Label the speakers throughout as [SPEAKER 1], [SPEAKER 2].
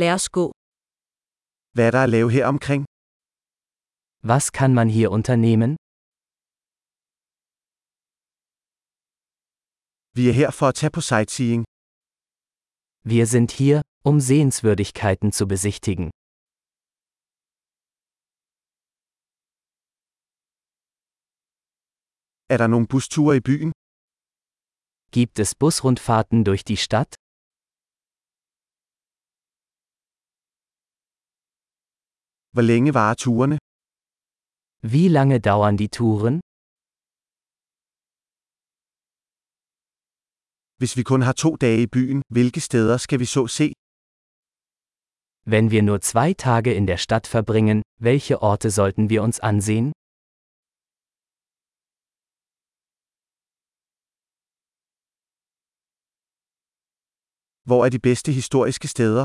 [SPEAKER 1] Lad os gå.
[SPEAKER 2] Hvad er der at lave her omkring?
[SPEAKER 3] Was kann man hier unternehmen?
[SPEAKER 2] Vi er her for at tage på sightseeing.
[SPEAKER 3] Wir sind hier, um Sehenswürdigkeiten zu besichtigen.
[SPEAKER 2] Er der nogle busture i byen?
[SPEAKER 3] Gibt es Busrundfahrten durch die Stadt?
[SPEAKER 2] Hvor længe varer turene?
[SPEAKER 3] Wie lange dauern die Touren?
[SPEAKER 2] Hvis vi kun har to dage i byen, hvilke steder skal vi så se?
[SPEAKER 3] Wenn wir nur zwei Tage in der Stadt verbringen, welche Orte sollten wir uns ansehen?
[SPEAKER 2] Hvor er de bedste historiske steder?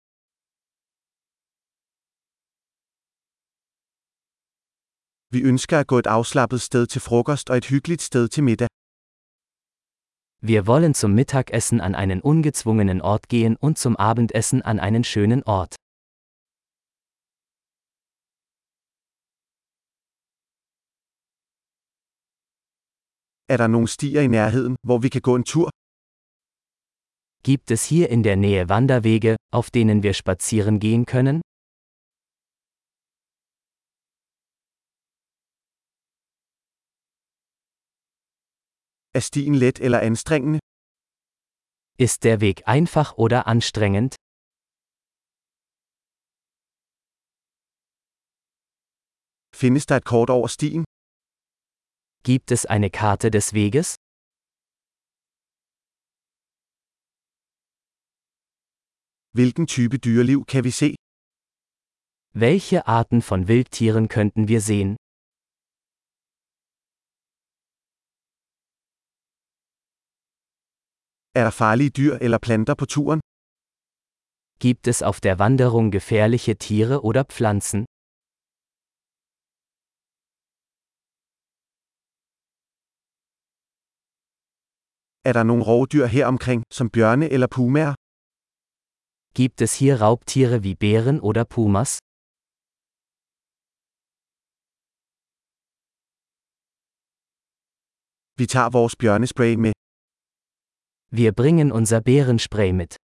[SPEAKER 2] Vi ønsker at gå et afslappet sted til frokost og et hyggeligt sted til middag.
[SPEAKER 3] Wir wollen zum Mittagessen an einen ungezwungenen Ort gehen und zum Abendessen an einen schönen Ort.
[SPEAKER 2] Er der nogle stier i nærheden, hvor vi kan gå en tur?
[SPEAKER 3] Gibt es hier in der Nähe Wanderwege, auf denen wir spazieren gehen können?
[SPEAKER 2] Er stien let eller anstrengende?
[SPEAKER 3] Ist der Weg einfach oder anstrengend?
[SPEAKER 2] Findes der et kort over stien?
[SPEAKER 3] Gibt es eine Karte des Weges?
[SPEAKER 2] Hvilken type dyreliv kan vi se?
[SPEAKER 3] Welche Arten von Wildtieren könnten wir sehen?
[SPEAKER 2] Er der farlige dyr eller planter på turen?
[SPEAKER 3] Gibt es auf der Wanderung gefährliche Tiere oder Pflanzen?
[SPEAKER 2] Er der nogle rovdyr her omkring, som bjørne eller pumaer?
[SPEAKER 3] Gibt es hier Raubtiere wie Bären oder Pumas?
[SPEAKER 2] Vi tager vores bjørnespray med.
[SPEAKER 3] Wir bringen unser Bärenspray mit.